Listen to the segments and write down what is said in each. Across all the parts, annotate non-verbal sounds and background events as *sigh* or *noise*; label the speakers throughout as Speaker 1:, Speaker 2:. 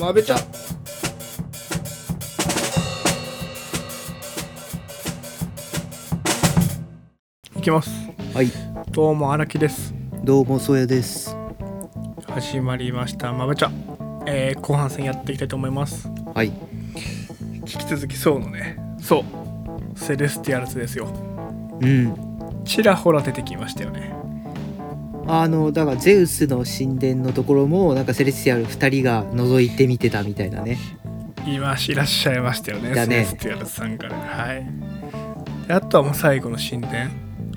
Speaker 1: まべちゃ
Speaker 2: いきます
Speaker 3: はい、
Speaker 2: どうも荒木です
Speaker 3: どうもそやです。
Speaker 2: 始まりましたまべちゃえー後半戦やっていきたいと思います
Speaker 3: はい、
Speaker 2: 引き続きそうのねそうセレスティアルズですよ
Speaker 3: うん、
Speaker 2: ちらほら出てきましたよね
Speaker 3: あのだからゼウスの神殿のところもなんかセレスティアル2人が覗いてみてたみたいなね。
Speaker 2: いましいらっしゃいましたよね
Speaker 3: だ
Speaker 2: セレ
Speaker 3: ね
Speaker 2: スティアルズさんからはいであとはもう最後の神殿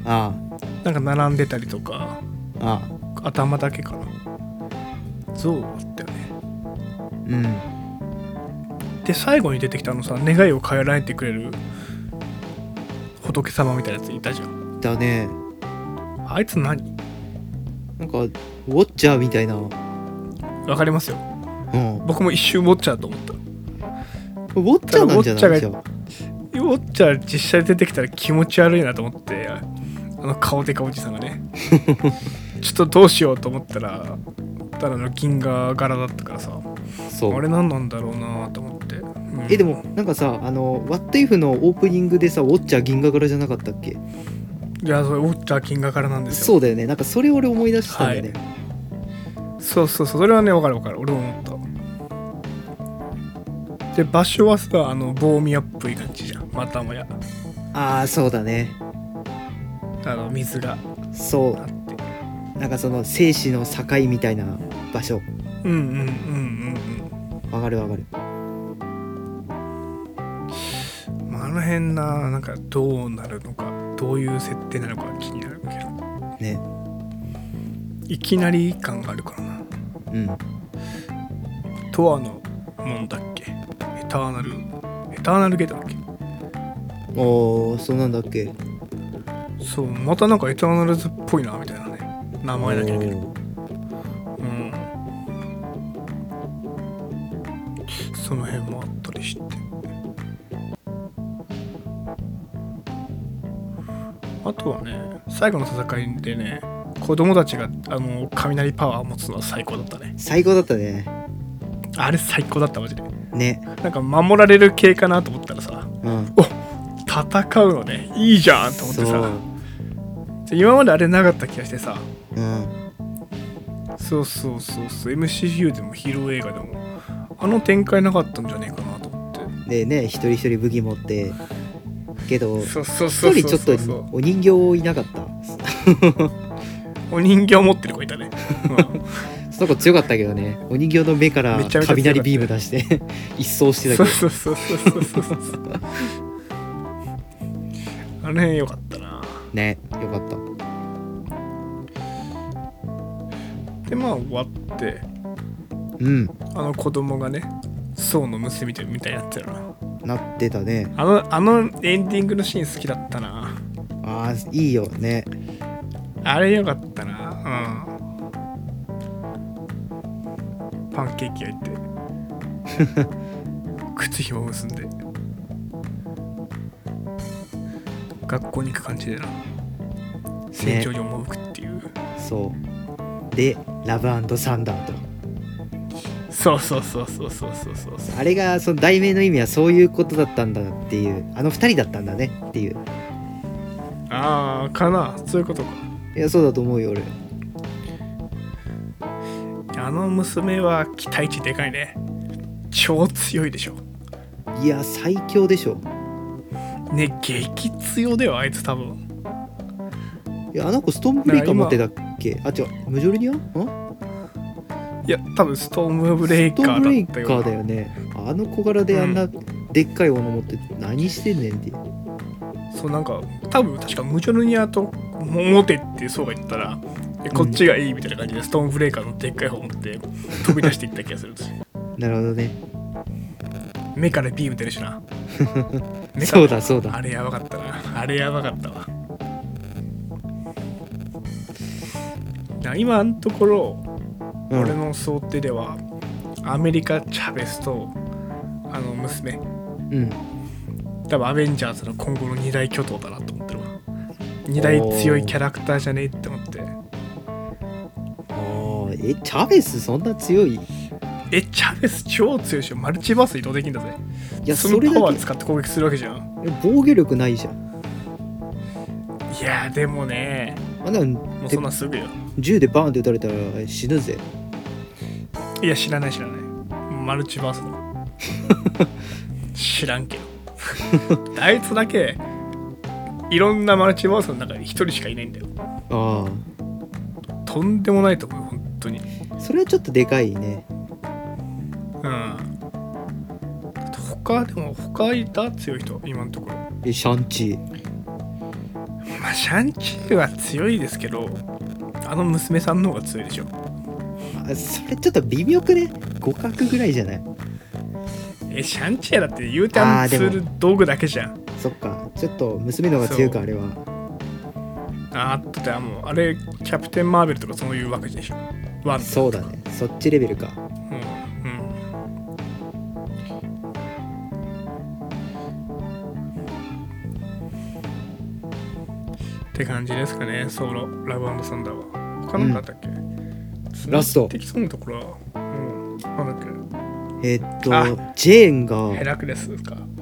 Speaker 3: あ
Speaker 2: なんか並んでたりとか
Speaker 3: あ、ああ、
Speaker 2: 頭だけかな像あったよね
Speaker 3: うん、
Speaker 2: で最後に出てきたあのさ願いを変えられてくれる仏様みたいなやついたじゃん
Speaker 3: だね。
Speaker 2: あいつ何
Speaker 3: なんかウォッチャーみたいな。うん。
Speaker 2: わかりますよ
Speaker 3: ウ
Speaker 2: 僕も一瞬ウォッチャーと思った
Speaker 3: ォッチャーなんじゃないじゃあ
Speaker 2: ウォッチャー実際出てきたら気持ち悪いなと思ってあの顔でかおじさんが
Speaker 3: *laughs*
Speaker 2: ねちょっとどうしようと思ったらただの銀河柄だったからさ
Speaker 3: そ
Speaker 2: あれ
Speaker 3: う。
Speaker 2: 何なんだろうなと思って、うん
Speaker 3: えでもなんかさあの「ワットイフのオープニングでさウォッチャー銀河柄じゃなかったっけ
Speaker 2: いやそれウォッチャー銀河柄なんですよ
Speaker 3: そうだよねなんかそれ俺思い出したんだよね、
Speaker 2: そうそうそうそれはねわかるわかる俺も思ったで場所はさあの棒宮っぽい感じじゃんまたもや
Speaker 3: ああそうだね
Speaker 2: あの水が
Speaker 3: そ
Speaker 2: あって
Speaker 3: うなんかその生死の境みたいな場所
Speaker 2: うんうんうんうん
Speaker 3: わかるわかる
Speaker 2: うんまああの辺ななんかどうなるのかどういう設定なのか気になるけど
Speaker 3: ね
Speaker 2: いきなり感があるからな
Speaker 3: うん
Speaker 2: とあのもんだっけエターナルエターナルゲートだっけ
Speaker 3: おーそうなんだっけ
Speaker 2: そうまたなんかエターナルズっぽいなみたいなね名前だけだけど
Speaker 3: おー
Speaker 2: うんその辺もあったりしてあとはね最後の戦いでね子供たちがあの雷パワーを持つのは最高だったね
Speaker 3: 最高だったね
Speaker 2: あれ最高だったマジで
Speaker 3: ね
Speaker 2: なんか守られる系かなと思ったらさ
Speaker 3: うん
Speaker 2: 戦うのねいいじゃんと思って
Speaker 3: そう
Speaker 2: さ今まであれなかった気がしてさ
Speaker 3: うん
Speaker 2: そうそうそうそう MCU でもヒーロー映画でもあの展開なかったんじゃねえかなと思って
Speaker 3: でね一人一人武器持ってけど一
Speaker 2: そうそうそう
Speaker 3: 人
Speaker 2: そう
Speaker 3: ちょっと
Speaker 2: そう
Speaker 3: お人形いなかった
Speaker 2: お人形持ってる子い *laughs* たね、
Speaker 3: その子強かったけどねお人形の目から
Speaker 2: めちゃめちゃ強かった
Speaker 3: 雷ビーム出して *laughs* 一掃し
Speaker 2: うんそ
Speaker 3: て
Speaker 2: う
Speaker 3: たけ
Speaker 2: そうそうそうそうそうそうあの辺よかったな
Speaker 3: どねよかっ
Speaker 2: でまあ終わって
Speaker 3: たうん
Speaker 2: あの子供がねソウの娘みたいみたいになってるな
Speaker 3: なってたね
Speaker 2: あのあのエンディングのシーン好きだったな
Speaker 3: あーいいよね
Speaker 2: あれよかったなうんパンケーキ *laughs* 焼いて靴ひも結んで学校に行く感じでな成長に赴くっていう、
Speaker 3: そうでラブサンダーと
Speaker 2: そうそうそうそうそうそうそうそう
Speaker 3: あれがその題名の意味はそういうことだったんだっていうあの二人だったんだねっていう
Speaker 2: ああかなそういうことか
Speaker 3: いやそうだと思うよ俺
Speaker 2: あの娘は期待値でかいね超強いでしょ
Speaker 3: いや最強でしょ
Speaker 2: ね激強だよあいつ多分
Speaker 3: いやあの子ストームブレイカー持ってたっけあ違うムジョルニアん
Speaker 2: いや多分ストームブレイカ
Speaker 3: ストームブレ
Speaker 2: ー
Speaker 3: イ
Speaker 2: だった
Speaker 3: カ
Speaker 2: よ
Speaker 3: ーだよねあの小柄であんなでっかい斧持って何してんねんっていう
Speaker 2: そうなんか多分確かムジョルニアとモテってそうが言ったらえこっちがいいみたいな感じで、ストーンブレイカーのでっかい方持って飛び出していった気がするん
Speaker 3: *laughs*
Speaker 2: ですよ
Speaker 3: なるほどね
Speaker 2: 目からビーム出るし
Speaker 3: *laughs*
Speaker 2: な目から
Speaker 3: そうだそうだ
Speaker 2: あれやばかったなあれやばかったわな今のところ、
Speaker 3: う
Speaker 2: 俺
Speaker 3: ん
Speaker 2: の想定ではアメリカチャベスとあの娘
Speaker 3: うん
Speaker 2: 多分アベンジャーズの今後の二大巨頭だなと思ってるわ二大強いキャラクターじゃねえって思って
Speaker 3: あーえチャベスそんな強い
Speaker 2: えチャベス超強いしマルチバース移動できんだぜ
Speaker 3: いや
Speaker 2: そ
Speaker 3: そ
Speaker 2: の
Speaker 3: れ
Speaker 2: パワ
Speaker 3: だ
Speaker 2: ー使って攻撃するわけじゃん
Speaker 3: け防御力ないじゃん、
Speaker 2: いやーでもね
Speaker 3: まあ、でも
Speaker 2: もう
Speaker 3: で
Speaker 2: そんなすぐよ
Speaker 3: 銃でバーンって撃たれたら死ぬぜ
Speaker 2: いや知らない知らないマルチバースだ *laughs* 知らんけど *laughs* あいつだけいろんなマルチバースの中に一人しかいないんだよ
Speaker 3: あ
Speaker 2: とんでもないと思う本当に
Speaker 3: あそれはちょっとでかいね
Speaker 2: うん他でも他いた強い人今のところ
Speaker 3: えシャンチー
Speaker 2: まあシャンチーは強いですけどあの娘さんの方が強いでしょ
Speaker 3: あそれちょっと微妙くね互角ぐらいじゃない
Speaker 2: えシャンチーだって言うてあ
Speaker 3: あ
Speaker 2: の
Speaker 3: ーで
Speaker 2: ツ
Speaker 3: も
Speaker 2: ール道具だけじゃん
Speaker 3: そっかちょっと娘の方が強いかあれは
Speaker 2: あーだってあもうあれキャプテン・マーベルとかそういうわけでしょワンと
Speaker 3: そうだねそっちレベルか
Speaker 2: うんって感じですかね、ソロ、ラブサンダーは。他なんかあったっけ、
Speaker 3: ラスト
Speaker 2: できそうなところは、うん、なんだっ
Speaker 3: えーっと
Speaker 2: あ
Speaker 3: ジェーン
Speaker 2: け、ヘ
Speaker 3: が
Speaker 2: ラクレスか。うん、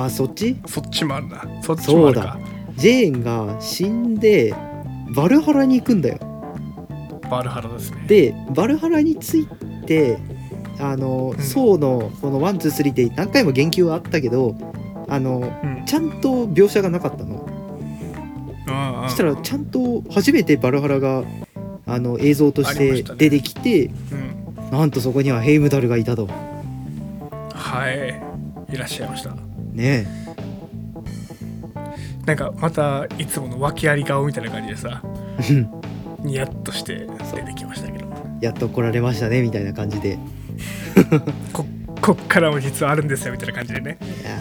Speaker 3: あそっち
Speaker 2: そっちもあるな。そっちもあるか。
Speaker 3: ジェーンが死んでバルハラに行くんだよ
Speaker 2: バルハラですね。
Speaker 3: でバルハラについてあの、
Speaker 2: うん
Speaker 3: ソーのこの123で何回も言及はあったけどあの
Speaker 2: うん、うん
Speaker 3: ちゃんと描写がなかったの
Speaker 2: うん
Speaker 3: そしたらちゃんと初めてバルハラがあの映像とし
Speaker 2: ありま
Speaker 3: て
Speaker 2: したね
Speaker 3: 出てきて、
Speaker 2: うん、
Speaker 3: なんとそこにはヘイムダルがいたと
Speaker 2: はい、いらっしゃいました。
Speaker 3: ね *laughs*
Speaker 2: なんか、またいつもの訳あり顔みたいな感じでさ、
Speaker 3: え
Speaker 2: ニヤッとして出てきましたけど。
Speaker 3: やっと来られましたねみたいな感じでい
Speaker 2: ここっからも実はあるんですよみたいな感じでね
Speaker 3: や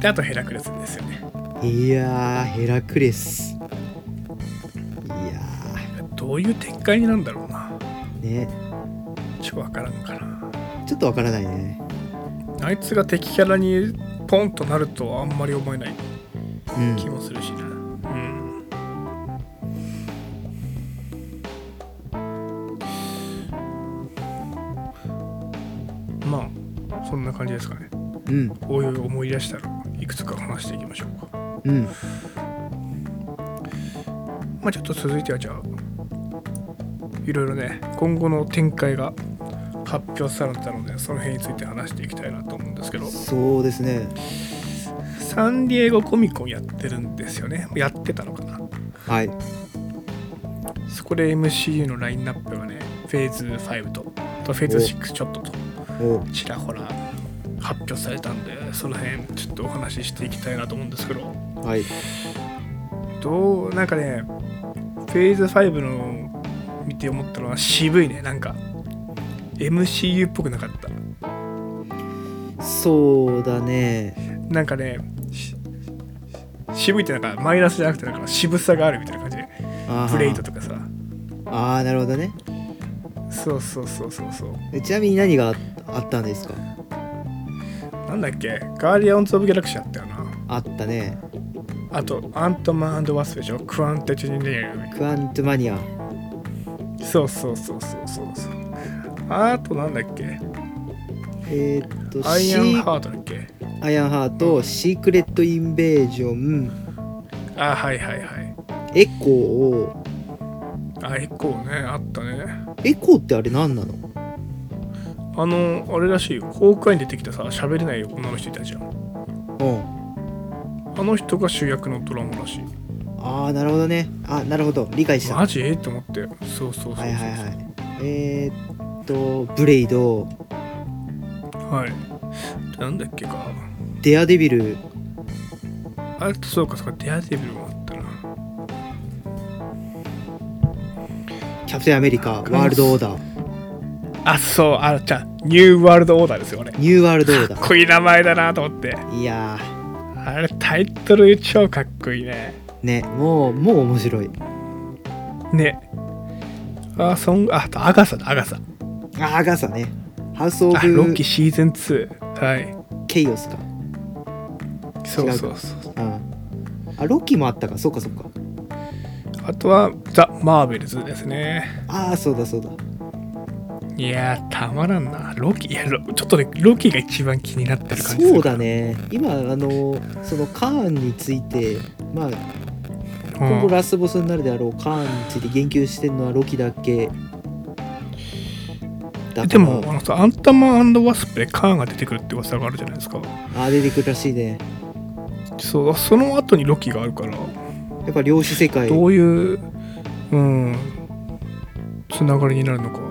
Speaker 2: であとヘラクレスですよね
Speaker 3: ーいやーヘラクレスいや
Speaker 2: どういう展開になるんだろうな
Speaker 3: ーね
Speaker 2: ちょっとわからんかな
Speaker 3: ちょっとわからないね
Speaker 2: あいつが敵キャラにポンとなるとはあんまり思えない
Speaker 3: うん
Speaker 2: 気もするしなうんまあそんな感じですかね
Speaker 3: うん
Speaker 2: おいおい思い出したらいくつか話していきましょうか
Speaker 3: うん
Speaker 2: まあちょっと続いてはじゃあいろいろね今後の展開が発表されたのでその辺について話していきたいなと思うんですけど
Speaker 3: そうですね
Speaker 2: サンディエゴコミコンやってるんですよねやってたのかな
Speaker 3: はい
Speaker 2: そこで MCU のラインナップがねフェーズ5とあとフェーズ6ちょっとと
Speaker 3: お
Speaker 2: ちらほら発表されたんでその辺ちょっとお話ししていきたいなと思うんですけど
Speaker 3: はい
Speaker 2: どうなんかねフェーズ5の見て思ったのは渋いねなんか MCU っぽくなかった
Speaker 3: そうだね
Speaker 2: なんかねし渋いってなんかマイナスじゃなくてなんか渋さがあるみたいな感じで
Speaker 3: あー
Speaker 2: プレイトとかさ
Speaker 3: あーなるほどね
Speaker 2: そうそうそうそうそう
Speaker 3: えちなみに何があったんですか
Speaker 2: なんだっけガーディアンズ・オブ・ギャラクシーあったよな
Speaker 3: あったね
Speaker 2: あとアントマンワスプでしょクワンテチニネー
Speaker 3: クアントマニア
Speaker 2: ムそうそうそうそうそうそうあとなんだっけ
Speaker 3: えーっと
Speaker 2: アイアン
Speaker 3: シー
Speaker 2: ハートだっけ
Speaker 3: アイアンハートシークレット・インベージョン
Speaker 2: あはいはいはい
Speaker 3: エコー
Speaker 2: あ結構ねあったね
Speaker 3: エコーってあれ何なの
Speaker 2: あのあれらしいよホークアイに出てきたさ喋れない女の人いたじゃん
Speaker 3: うん
Speaker 2: あの人が主役のドラマらしい
Speaker 3: ああなるほどねあなるほど理解したは
Speaker 2: マジと思ってそうそうそうそう
Speaker 3: いはいはいえー、っとブレイド
Speaker 2: はい、なんだっけか
Speaker 3: デアデビル
Speaker 2: あそうかそうかデアデビルもあったな
Speaker 3: キャプテンアメリカワールドオーダー
Speaker 2: あそうあじゃあニューワールドオーダーですよ俺か
Speaker 3: ニューワールドオーダ
Speaker 2: っこいい名前だなと思って
Speaker 3: ーいや
Speaker 2: あれタイトル超かっこいいね
Speaker 3: ーねもうもう面白い
Speaker 2: ねあそんああとアガサだアガサ
Speaker 3: ああガサねハウス・オ
Speaker 2: あロッ
Speaker 3: ブ
Speaker 2: キー・シーズン2はい
Speaker 3: ケイオスか
Speaker 2: そうそうそう
Speaker 3: ああロッキーもあったかそうかそうか
Speaker 2: ああとはザ・マーベルズですね
Speaker 3: ああそうだそうだ
Speaker 2: いやーたまらんなロキいやロちょっとねロキが一番気になってる感じす
Speaker 3: そ
Speaker 2: る
Speaker 3: うだね今あのそのカーンについてまあ
Speaker 2: うん
Speaker 3: 今後ラスボスになるであろうカーンについて言及してるのはロキだけだから
Speaker 2: でもあのさアンタマンワスプでカーンが出てくるって噂があるじゃないですか
Speaker 3: あー出てくるらしいね
Speaker 2: そうその後にロキがあるから
Speaker 3: やっぱ量子世界
Speaker 2: どういううんつながりになるのか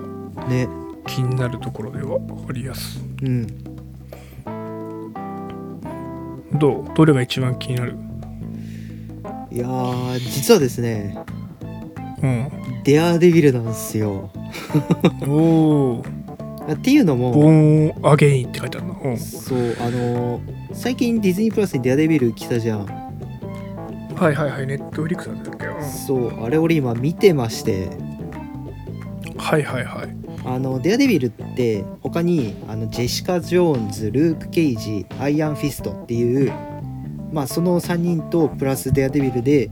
Speaker 3: ね
Speaker 2: 気になるところではありやす
Speaker 3: うん
Speaker 2: どうどれが一番気になる
Speaker 3: いやー実はですね
Speaker 2: うん
Speaker 3: デアデビルなんですよ
Speaker 2: おお
Speaker 3: あっていうのも
Speaker 2: ボーンアゲインって書いてあるなう
Speaker 3: そうあのー最近ディズニープラスにデアデビル来たじゃん
Speaker 2: んはいはいはいネットフリックスなんだっけ、うん、
Speaker 3: そうあれ俺今見てまして
Speaker 2: はいはいはい
Speaker 3: あのデアデビルって他にあのジェシカ・ジョーンズルーク・ケイジアイアン・フィストっていう、まあ、その3人とプラスデアデビルで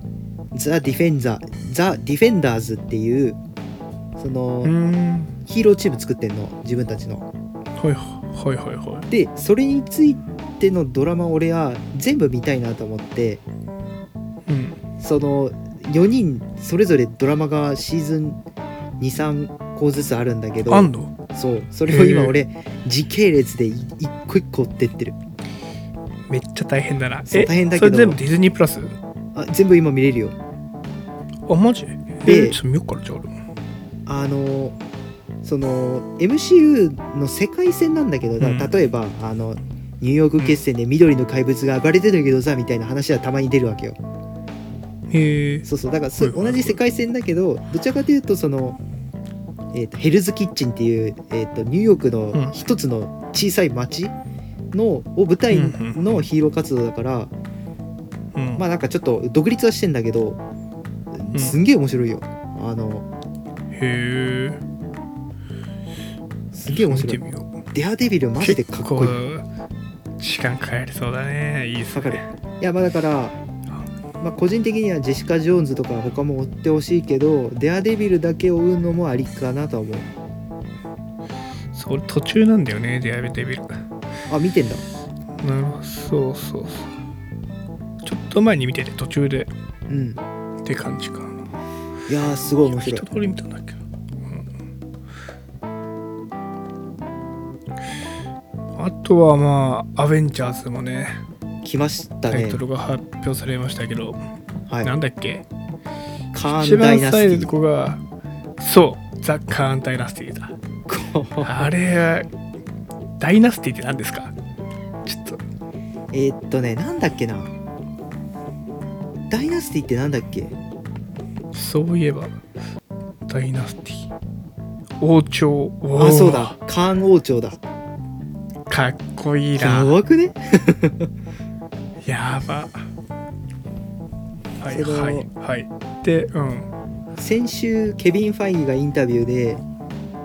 Speaker 3: ザ・ディフェンザーザ・ディフェンダーズっていうそう
Speaker 2: ー
Speaker 3: の
Speaker 2: ん
Speaker 3: ヒーローチーム作ってんの自分たちの。
Speaker 2: はいはいはいは
Speaker 3: でそれについてのドラマ俺は全部見たいなと思って
Speaker 2: いうん
Speaker 3: その4人それぞれドラマがシーズン23個ずつあるんだけど
Speaker 2: あんの
Speaker 3: そうそれを今俺時系列でい一個一個追ってってる
Speaker 2: めっちゃ大変だな
Speaker 3: そう大変だけ
Speaker 2: そ
Speaker 3: ど
Speaker 2: れ全部ディズニープラス
Speaker 3: あ全部今見れるよ
Speaker 2: あマジえ
Speaker 3: で
Speaker 2: ー、ちょっと見よっからじゃあ俺も
Speaker 3: あのーその MCU の世界線なんだけどだから
Speaker 2: うん
Speaker 3: 例えば、あのニューヨーク決戦で緑の怪物が暴れてるけどさみたいな話はたまに出るわけよ
Speaker 2: へえ
Speaker 3: そうそうだからそ
Speaker 2: はいはいはい
Speaker 3: 同じ世界線だけどどちらかというとその、えーとヘルズキッチンっていう、えーとニューヨーク
Speaker 2: うん
Speaker 3: の一つの小さい町のを舞台のヒーロー活動だから、
Speaker 2: うん
Speaker 3: まあなんかちょっと独立はしてんだけど、
Speaker 2: うん
Speaker 3: すんげえ面白いよあの
Speaker 2: へえ
Speaker 3: すんげえ面
Speaker 2: 見
Speaker 3: 白
Speaker 2: て *laughs*
Speaker 3: い
Speaker 2: みよう
Speaker 3: デアデビルマジでかっこいい
Speaker 2: 結構時間かかりそうだねいいっす
Speaker 3: わかる
Speaker 2: ね
Speaker 3: いやまあだから、まあ、個人的にはジェシカ・ジョーンズとか他も追ってほしいけどデアデビルだけ追うのもありかなとは思う
Speaker 2: そう途中なんだよねデアデビル
Speaker 3: あ見てんだ
Speaker 2: なるほどそうそうそうちょっと前に見てて途中で
Speaker 3: うん
Speaker 2: って感じかない
Speaker 3: やーすごい面白い
Speaker 2: 一通り見たんだっけど、うんあとはまあ「アベンジャーズ」もね
Speaker 3: 来ました
Speaker 2: タ
Speaker 3: ね
Speaker 2: イトルが発表されましたけど、
Speaker 3: はい
Speaker 2: なんだっけ
Speaker 3: カー
Speaker 2: 一
Speaker 3: ンダイ
Speaker 2: 番
Speaker 3: ナス
Speaker 2: 最後
Speaker 3: テ
Speaker 2: の子がそうザ・カーン・ダイナスティだ
Speaker 3: ィ
Speaker 2: あれダイナスティって何ですかちょっと
Speaker 3: *laughs* えーっとねなんだっけなダイナスティってなんだっけ
Speaker 2: そういえばダイナスティ王朝
Speaker 3: あそうだカーン王朝だ
Speaker 2: かっこいい
Speaker 3: や
Speaker 2: な
Speaker 3: ばくね
Speaker 2: やばはい
Speaker 3: その
Speaker 2: はいはいでうん
Speaker 3: 先週ケビン・ファイギーがインタビューで、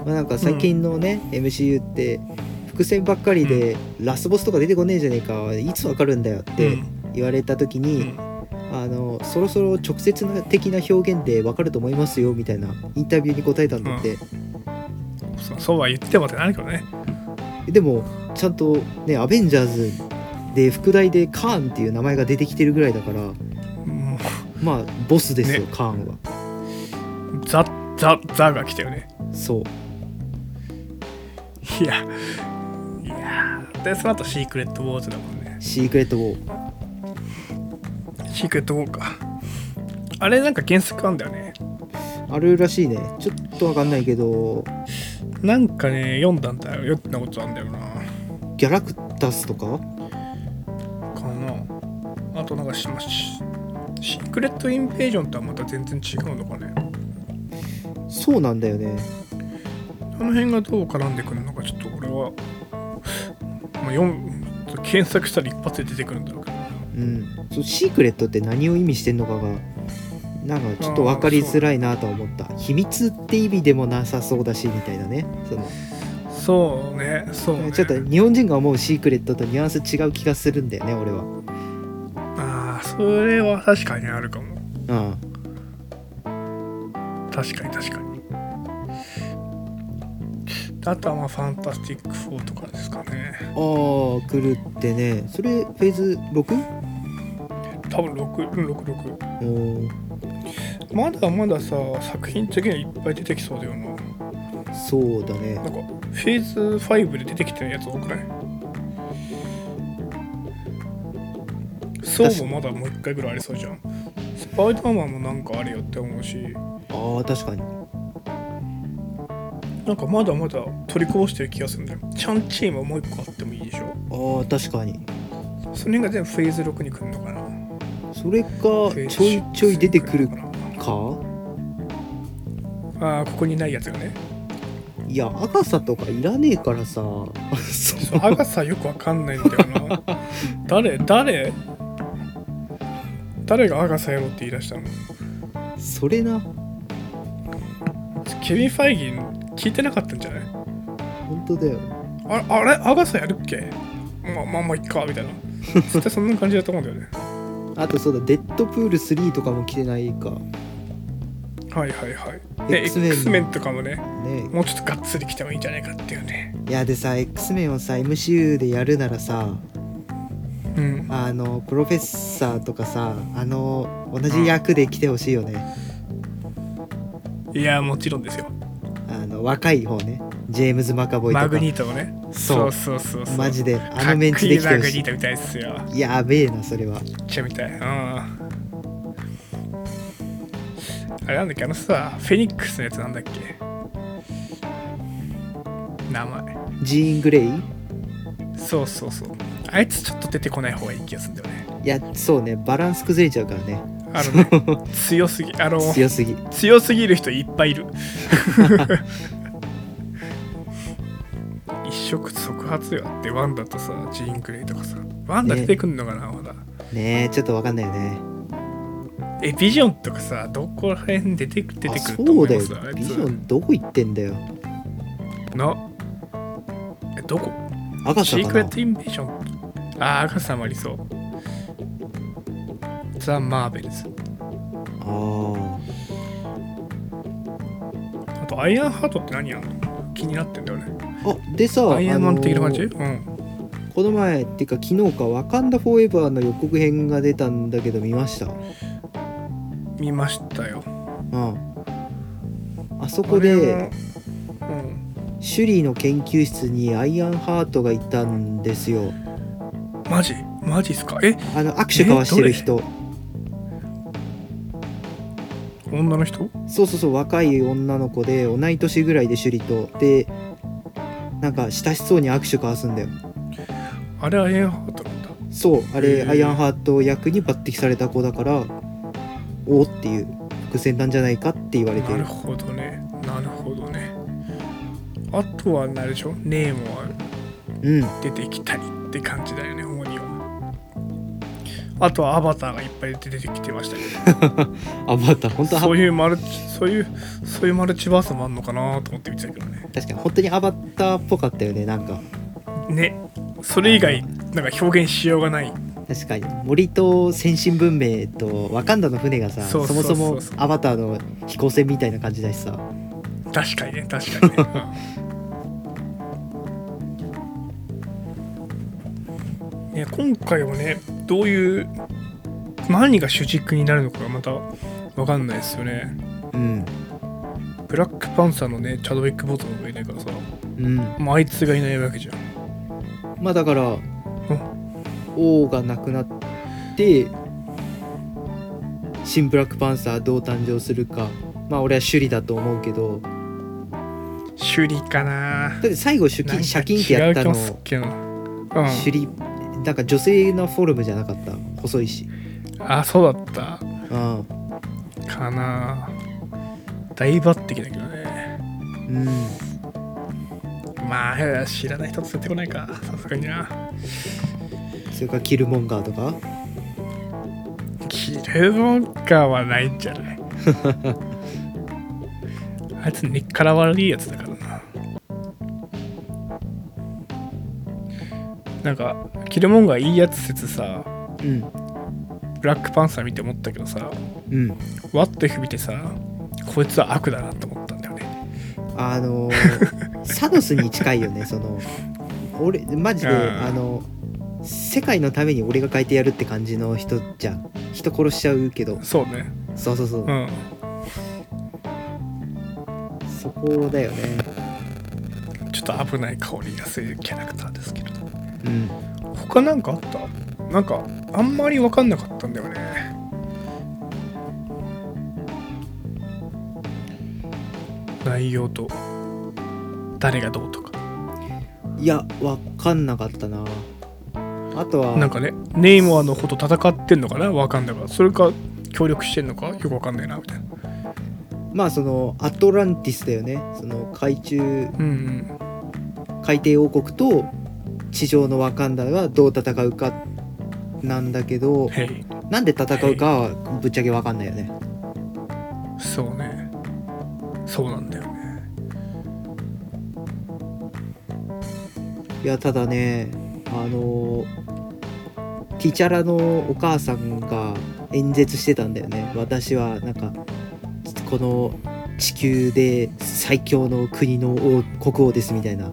Speaker 3: まあ、なんか最近のね、MCU って伏線ばっかりで、ラスボスとか出てこねえじゃねえかいつわかるんだよっ
Speaker 2: う
Speaker 3: て
Speaker 2: ん
Speaker 3: 言われた時
Speaker 2: う
Speaker 3: に、
Speaker 2: ん
Speaker 3: あのそろそろ直接的な表現でわかると思いますよみたいなインタビューに答えたんだって、
Speaker 2: そそうは言ってもってなるけどね
Speaker 3: でもちゃんとね「アベンジャーズ」で副題でカーンっていう名前が出てきてるぐらいだから
Speaker 2: も
Speaker 3: まあボスですよ、
Speaker 2: ね
Speaker 3: カーンは
Speaker 2: うザザザが来たよね
Speaker 3: そう
Speaker 2: いやいやでその後シークレットウォーズだもんね
Speaker 3: シークレットウォー
Speaker 2: シークレットウォーかあれなんか原作あんだよね
Speaker 3: あるらしいねちょっとわかんないけど
Speaker 2: なんかね読んだんだよ読んだことあんだよな
Speaker 3: ギャラクタスとか
Speaker 2: かなあとなんかしましシークレットインベージョンとはまた全然違うのかね
Speaker 3: そうなんだよね
Speaker 2: あの辺がどう絡んでくるのかちょっと俺は、まあ、読む検索したら一発で出てくるんだろうけど
Speaker 3: うんそうシークレットって何を意味してんのかがなんかちょっと分かりづらいなとは思った秘密って意味でもなさそうだしみたいなねその
Speaker 2: そうねそうね
Speaker 3: ちょっと日本人が思うシークレットとニュアンス違う気がするんだよね俺は
Speaker 2: ああそれは確かにあるかも
Speaker 3: うん
Speaker 2: 確かに確かにあとはまあファンタスティック4とかですかね
Speaker 3: ああ来るってねそれフェーズ 6?
Speaker 2: 多分666
Speaker 3: おー
Speaker 2: まだまださ作品的にはいっぱい出てきそうだよな
Speaker 3: そうだね
Speaker 2: なんかフェーズ5で出てきてるやつ多くないそうもまだもう一回ぐらいありそうじゃんスパイダーマンもなんかあるよって思うし
Speaker 3: ああ確かに
Speaker 2: なんかまだまだ取りこぼしてる気がするんだよちゃんチームはもう一個あってもいいでしょ
Speaker 3: ああ確かに
Speaker 2: それが全部フェーズ6に来るのかな
Speaker 3: それか
Speaker 2: フェーズ
Speaker 3: ちょいちょい出てくる
Speaker 2: 6
Speaker 3: か
Speaker 2: にのなあーここにないやつがね
Speaker 3: いやアガサとかいらねえからさ *laughs* そ
Speaker 2: そうアガサよくわかんないんだよ
Speaker 3: *laughs*
Speaker 2: な誰誰誰がアガサやろうって言い出したの
Speaker 3: それな
Speaker 2: ケビン・ファイギー聞いてなかったんじゃない
Speaker 3: 本当だよ
Speaker 2: ああれアガサやるっけまあまあまあいっかみたいな絶対そんな感じだと思うんだよね *laughs*
Speaker 3: あとそうだデッドプール3とかも来てないか
Speaker 2: はいはいはいで
Speaker 3: X-Men の
Speaker 2: X メンとかもね
Speaker 3: ね
Speaker 2: もうちょっとがっつり来てもいいんじゃないかっていうね
Speaker 3: いやでさ X メンをさ MCU でやるならさ
Speaker 2: うん
Speaker 3: あのプロフェッサーとかさあの同じ役で来てほしいよね、
Speaker 2: いやもちろんですよ
Speaker 3: あの若い方ねジェームズ・マカボイとか
Speaker 2: マグニートのね
Speaker 3: そ
Speaker 2: そううそうそうそう
Speaker 3: マジであ
Speaker 2: か
Speaker 3: の
Speaker 2: っ
Speaker 3: メン
Speaker 2: こ
Speaker 3: ツ
Speaker 2: い
Speaker 3: で
Speaker 2: い
Speaker 3: 来て
Speaker 2: マ
Speaker 3: ほ
Speaker 2: グ
Speaker 3: し
Speaker 2: ニートみたいっすよ
Speaker 3: いやべえなそれは
Speaker 2: めっちゃみたいうんあれなんだっけあのさフェニックスのやつなんだっけ名前
Speaker 3: ジーン・グレイい
Speaker 2: そうそうそうあいつちょっと出てこない方がいい気がするんだよね
Speaker 3: やそうねバランス崩れちゃうからね
Speaker 2: あ
Speaker 3: *laughs*
Speaker 2: のね強すぎあの強
Speaker 3: 強すぎ
Speaker 2: すぎる人いっぱいいる *laughs* 一触即発よだってワンダとさジーン・グレイとかさワンダ出てくんのかな、まだ
Speaker 3: ねえちょっとわかんないよね
Speaker 2: えビジョンとかさどこら辺出てく出てく
Speaker 3: あ
Speaker 2: る
Speaker 3: そ
Speaker 2: と思
Speaker 3: う
Speaker 2: い
Speaker 3: だ
Speaker 2: ま
Speaker 3: よ
Speaker 2: すあいつ
Speaker 3: ビジョンどこ行ってんだよ
Speaker 2: なえどこ
Speaker 3: 赤
Speaker 2: シ
Speaker 3: さ
Speaker 2: ークレッ
Speaker 3: かな
Speaker 2: トインベーションああ赤さもありそうザ・マーベルズ
Speaker 3: あー
Speaker 2: あとアイアンハートって何やんの気になってんだよね
Speaker 3: あでさ
Speaker 2: アイアンマン的な感じ、
Speaker 3: あのー
Speaker 2: うん
Speaker 3: この前っていうか昨日か「ワカンダ・フォーエバー」の予告編が出たんだけど見ました
Speaker 2: 見ましたよ
Speaker 3: うんあそこで
Speaker 2: あれもうん
Speaker 3: シュリーの研究室にアイアンハートがいたんですよ
Speaker 2: マジマジっすかえ
Speaker 3: あの握手交わしてる人、
Speaker 2: 女の人
Speaker 3: そうそうそう若い女の子で同い年ぐらいでシュリとでなんか親しそうに握手交わすんだよ
Speaker 2: あれアイアンハートなんだ
Speaker 3: そうあ
Speaker 2: へ
Speaker 3: れ
Speaker 2: ー
Speaker 3: アイアンハート役に抜擢された子だからおおっていう伏線なんじゃないかって言われて
Speaker 2: なる
Speaker 3: る
Speaker 2: ほどねなるほどねあとは何でしょネームは
Speaker 3: うん
Speaker 2: 出てきたりって感じだよね主にはあとはアバターがいっぱい出てきてましたけど
Speaker 3: あまた本当は
Speaker 2: そういうマルチそういうそういうマルチバースもあんのかなと思って見てたけどね
Speaker 3: 確かに本当にアバターっぽかったよねなんか
Speaker 2: ねそれ以外なんか表現しようがない
Speaker 3: 確かに森と先進文明とワカンダの船がさ
Speaker 2: そ
Speaker 3: そう
Speaker 2: そうそうそう
Speaker 3: もそもアバターの飛行船みたいな感じだしさ
Speaker 2: 確かにね確かにね、 *laughs* うんね今回はねどういう何が主軸になるのかがまた分かんないですよね
Speaker 3: うん
Speaker 2: ブラックパンサーのねチャドウィック・ボトムがいないからさ
Speaker 3: うん
Speaker 2: もうあいつがいないわけじゃん
Speaker 3: まあだから王がなくなって新ブラックパンサーどう誕生するかまあ俺は首里だと思うけどだ
Speaker 2: 修理かな
Speaker 3: って最後借
Speaker 2: なん
Speaker 3: 金
Speaker 2: か
Speaker 3: 借金ってやった
Speaker 2: 違
Speaker 3: の
Speaker 2: う気もすっけどうん
Speaker 3: 首里なんか女性のフォルムじゃなかった細いし
Speaker 2: あそうだった
Speaker 3: うん
Speaker 2: かな大抜擢だけどね
Speaker 3: うん
Speaker 2: まあ知らない人連れてこないかさすがにな
Speaker 3: それからキルモンガーとか
Speaker 2: キルモンガーはないんじゃないあいつ根っから悪いやつだからななんかキルモンガーいいやつ説さ
Speaker 3: うん
Speaker 2: ブラックパンサー見て思ったけどさ
Speaker 3: うん
Speaker 2: ワッテフ見てさこいつは悪だなと思ったんだよね
Speaker 3: あ
Speaker 2: *laughs*
Speaker 3: のーサノスに近いよねその俺マジで、
Speaker 2: うん
Speaker 3: あの世界のために俺が変えてやるって感じの人じゃん人殺しちゃうけど
Speaker 2: そうね
Speaker 3: そうそうそう、
Speaker 2: うん
Speaker 3: そこだよね
Speaker 2: ちょっと危ない香りがするキャラクターですけれど
Speaker 3: うん
Speaker 2: 他なんかあったなんかあんまり分かんなかったんだよね内容と誰がどうとか
Speaker 3: いやわかんなかったなあとは
Speaker 2: なんかねネイモアのこと戦ってんのかな分かんないからそれか協力してんのかよく分かんないなみたいな
Speaker 3: まあそのアトランティスだよねその海中
Speaker 2: うん
Speaker 3: 海底王国と地上のワカンダがどう戦うかなんだけど
Speaker 2: *laughs* うんへい
Speaker 3: なんで戦うかはぶっちゃけわかんないよね
Speaker 2: そうねそうなんだよね
Speaker 3: いやただねあのティチャラのお母さんが演説してたんだよね私はなんかこの地球で最強の国の王国王ですみたいな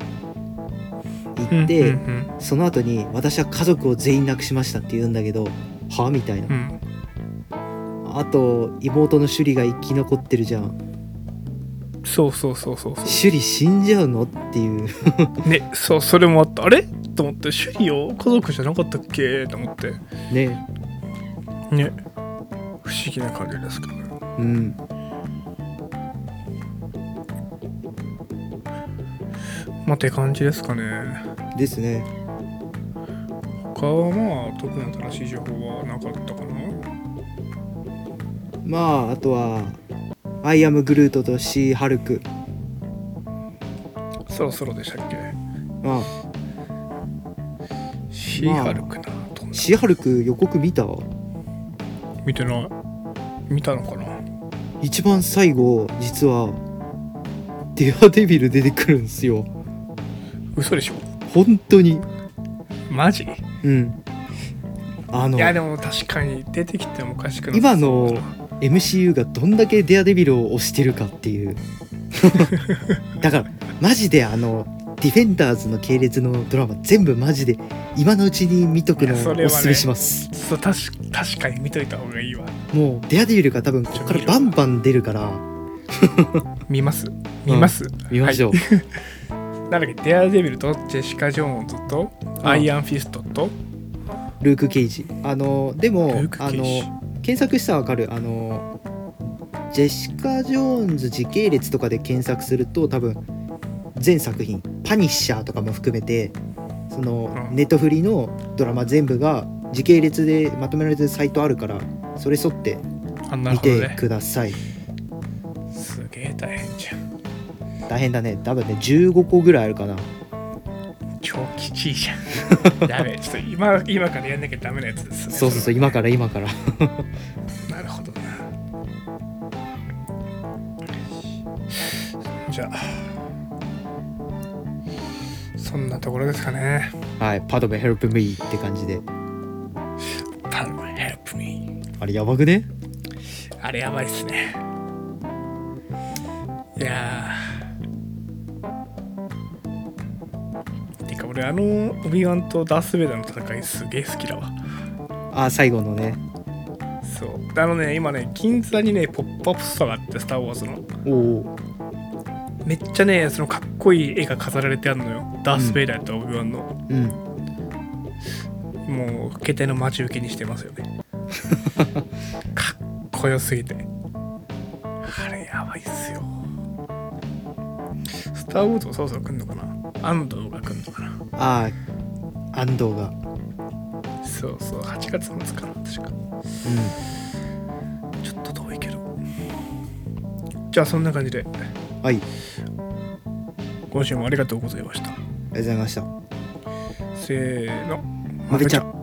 Speaker 3: 言って、
Speaker 2: うん
Speaker 3: その後に私は家族を全員亡くしましたって言うんだけどはみたいな
Speaker 2: うんうん
Speaker 3: あと妹のシュリが生き残ってるじゃん
Speaker 2: うんそうそうそうそうそう
Speaker 3: シュリ死んじゃうのっていう *laughs*
Speaker 2: ねそうそれもあったあれと思って趣里を家族じゃなかったっけと思って
Speaker 3: ね
Speaker 2: ね不思議な感じですけどね
Speaker 3: うん
Speaker 2: まあって感じですかね
Speaker 3: ですね
Speaker 2: 他はまあ特に新しい情報はなかったかな
Speaker 3: まああとはアイアムグルートとシー・ハルク
Speaker 2: そろそろでしたっけ
Speaker 3: まあ
Speaker 2: シーハルクなと思って
Speaker 3: シー・ハルク予告見た
Speaker 2: 見てない見たのかな
Speaker 3: 一番最後実はデアデビル出てくるんすよ
Speaker 2: 嘘でしょ
Speaker 3: 本当に
Speaker 2: マジい
Speaker 3: うんあの
Speaker 2: やでも確かに出てきてもおかしくない
Speaker 3: 今の MCU がどんだけデアデビルを推してるかっていう
Speaker 2: *laughs*
Speaker 3: だからマジであのディフェンダーズの系列のドラマ全部マジで今のうちに見とくの
Speaker 2: いやそれは
Speaker 3: を
Speaker 2: ね
Speaker 3: おすすめします、
Speaker 2: そう確か確かに見といた方がいいわ
Speaker 3: もうデアデビルが多分ここからバンバン出るから
Speaker 2: 見ます見ます、
Speaker 3: 見ましょう、
Speaker 2: う、なんだっけデアデビルとジェシカ・ジョーンズと
Speaker 3: うん
Speaker 2: アイアンフィストと
Speaker 3: ルーク・ケイジあのでも
Speaker 2: ルーク・
Speaker 3: あ
Speaker 2: ケイジ
Speaker 3: の検索したらわかるあのジェシカ・ジョーンズ時系列とかで検索すると多分全作品「パニッシャー」とかも含めてその
Speaker 2: うん
Speaker 3: ネットフリのドラマ全部が時系列でまとめられてるサイトあるからそれ沿って
Speaker 2: あなるほ
Speaker 3: 見
Speaker 2: ど
Speaker 3: て
Speaker 2: ね
Speaker 3: ください、
Speaker 2: すげえ大変じゃん
Speaker 3: 大変だね多分ね15個ぐらいあるかな
Speaker 2: 超きちいじ
Speaker 3: *laughs*
Speaker 2: ゃんやべえちょっと今今からやんなきゃダメなやつですね
Speaker 3: そうそうそう今から今から
Speaker 2: なるほどなじゃあそんなところですかね
Speaker 3: はい「パドメヘルプ・ミー」って感じで
Speaker 2: 頼む Help me
Speaker 3: あれやばくね
Speaker 2: あれやばいっすねいやーてか俺あのオビワンとダース・ベイダーの戦いすげえ好きだわ
Speaker 3: あ最後のね
Speaker 2: そうあのね今ね銀座にねポップアップストアがあって「スター・ウォーズ」の
Speaker 3: おお
Speaker 2: めっちゃねそのかっこいい絵が飾られてあるのよダース・ベイダーとオビワンの、
Speaker 3: うん
Speaker 2: もう携帯の待ち受けにしてますよねかっこよすぎてあれやばいっすよスター・ウォーズもそろそろ来んのかな安藤が来んのかな
Speaker 3: ああ安藤が、
Speaker 2: そうそう8月末かな確かちょっと遠いけどじゃあそんな感じで
Speaker 3: うん、はいありが
Speaker 2: 今週もありがとうございました
Speaker 3: とうございました
Speaker 2: せーの
Speaker 3: まべちゃん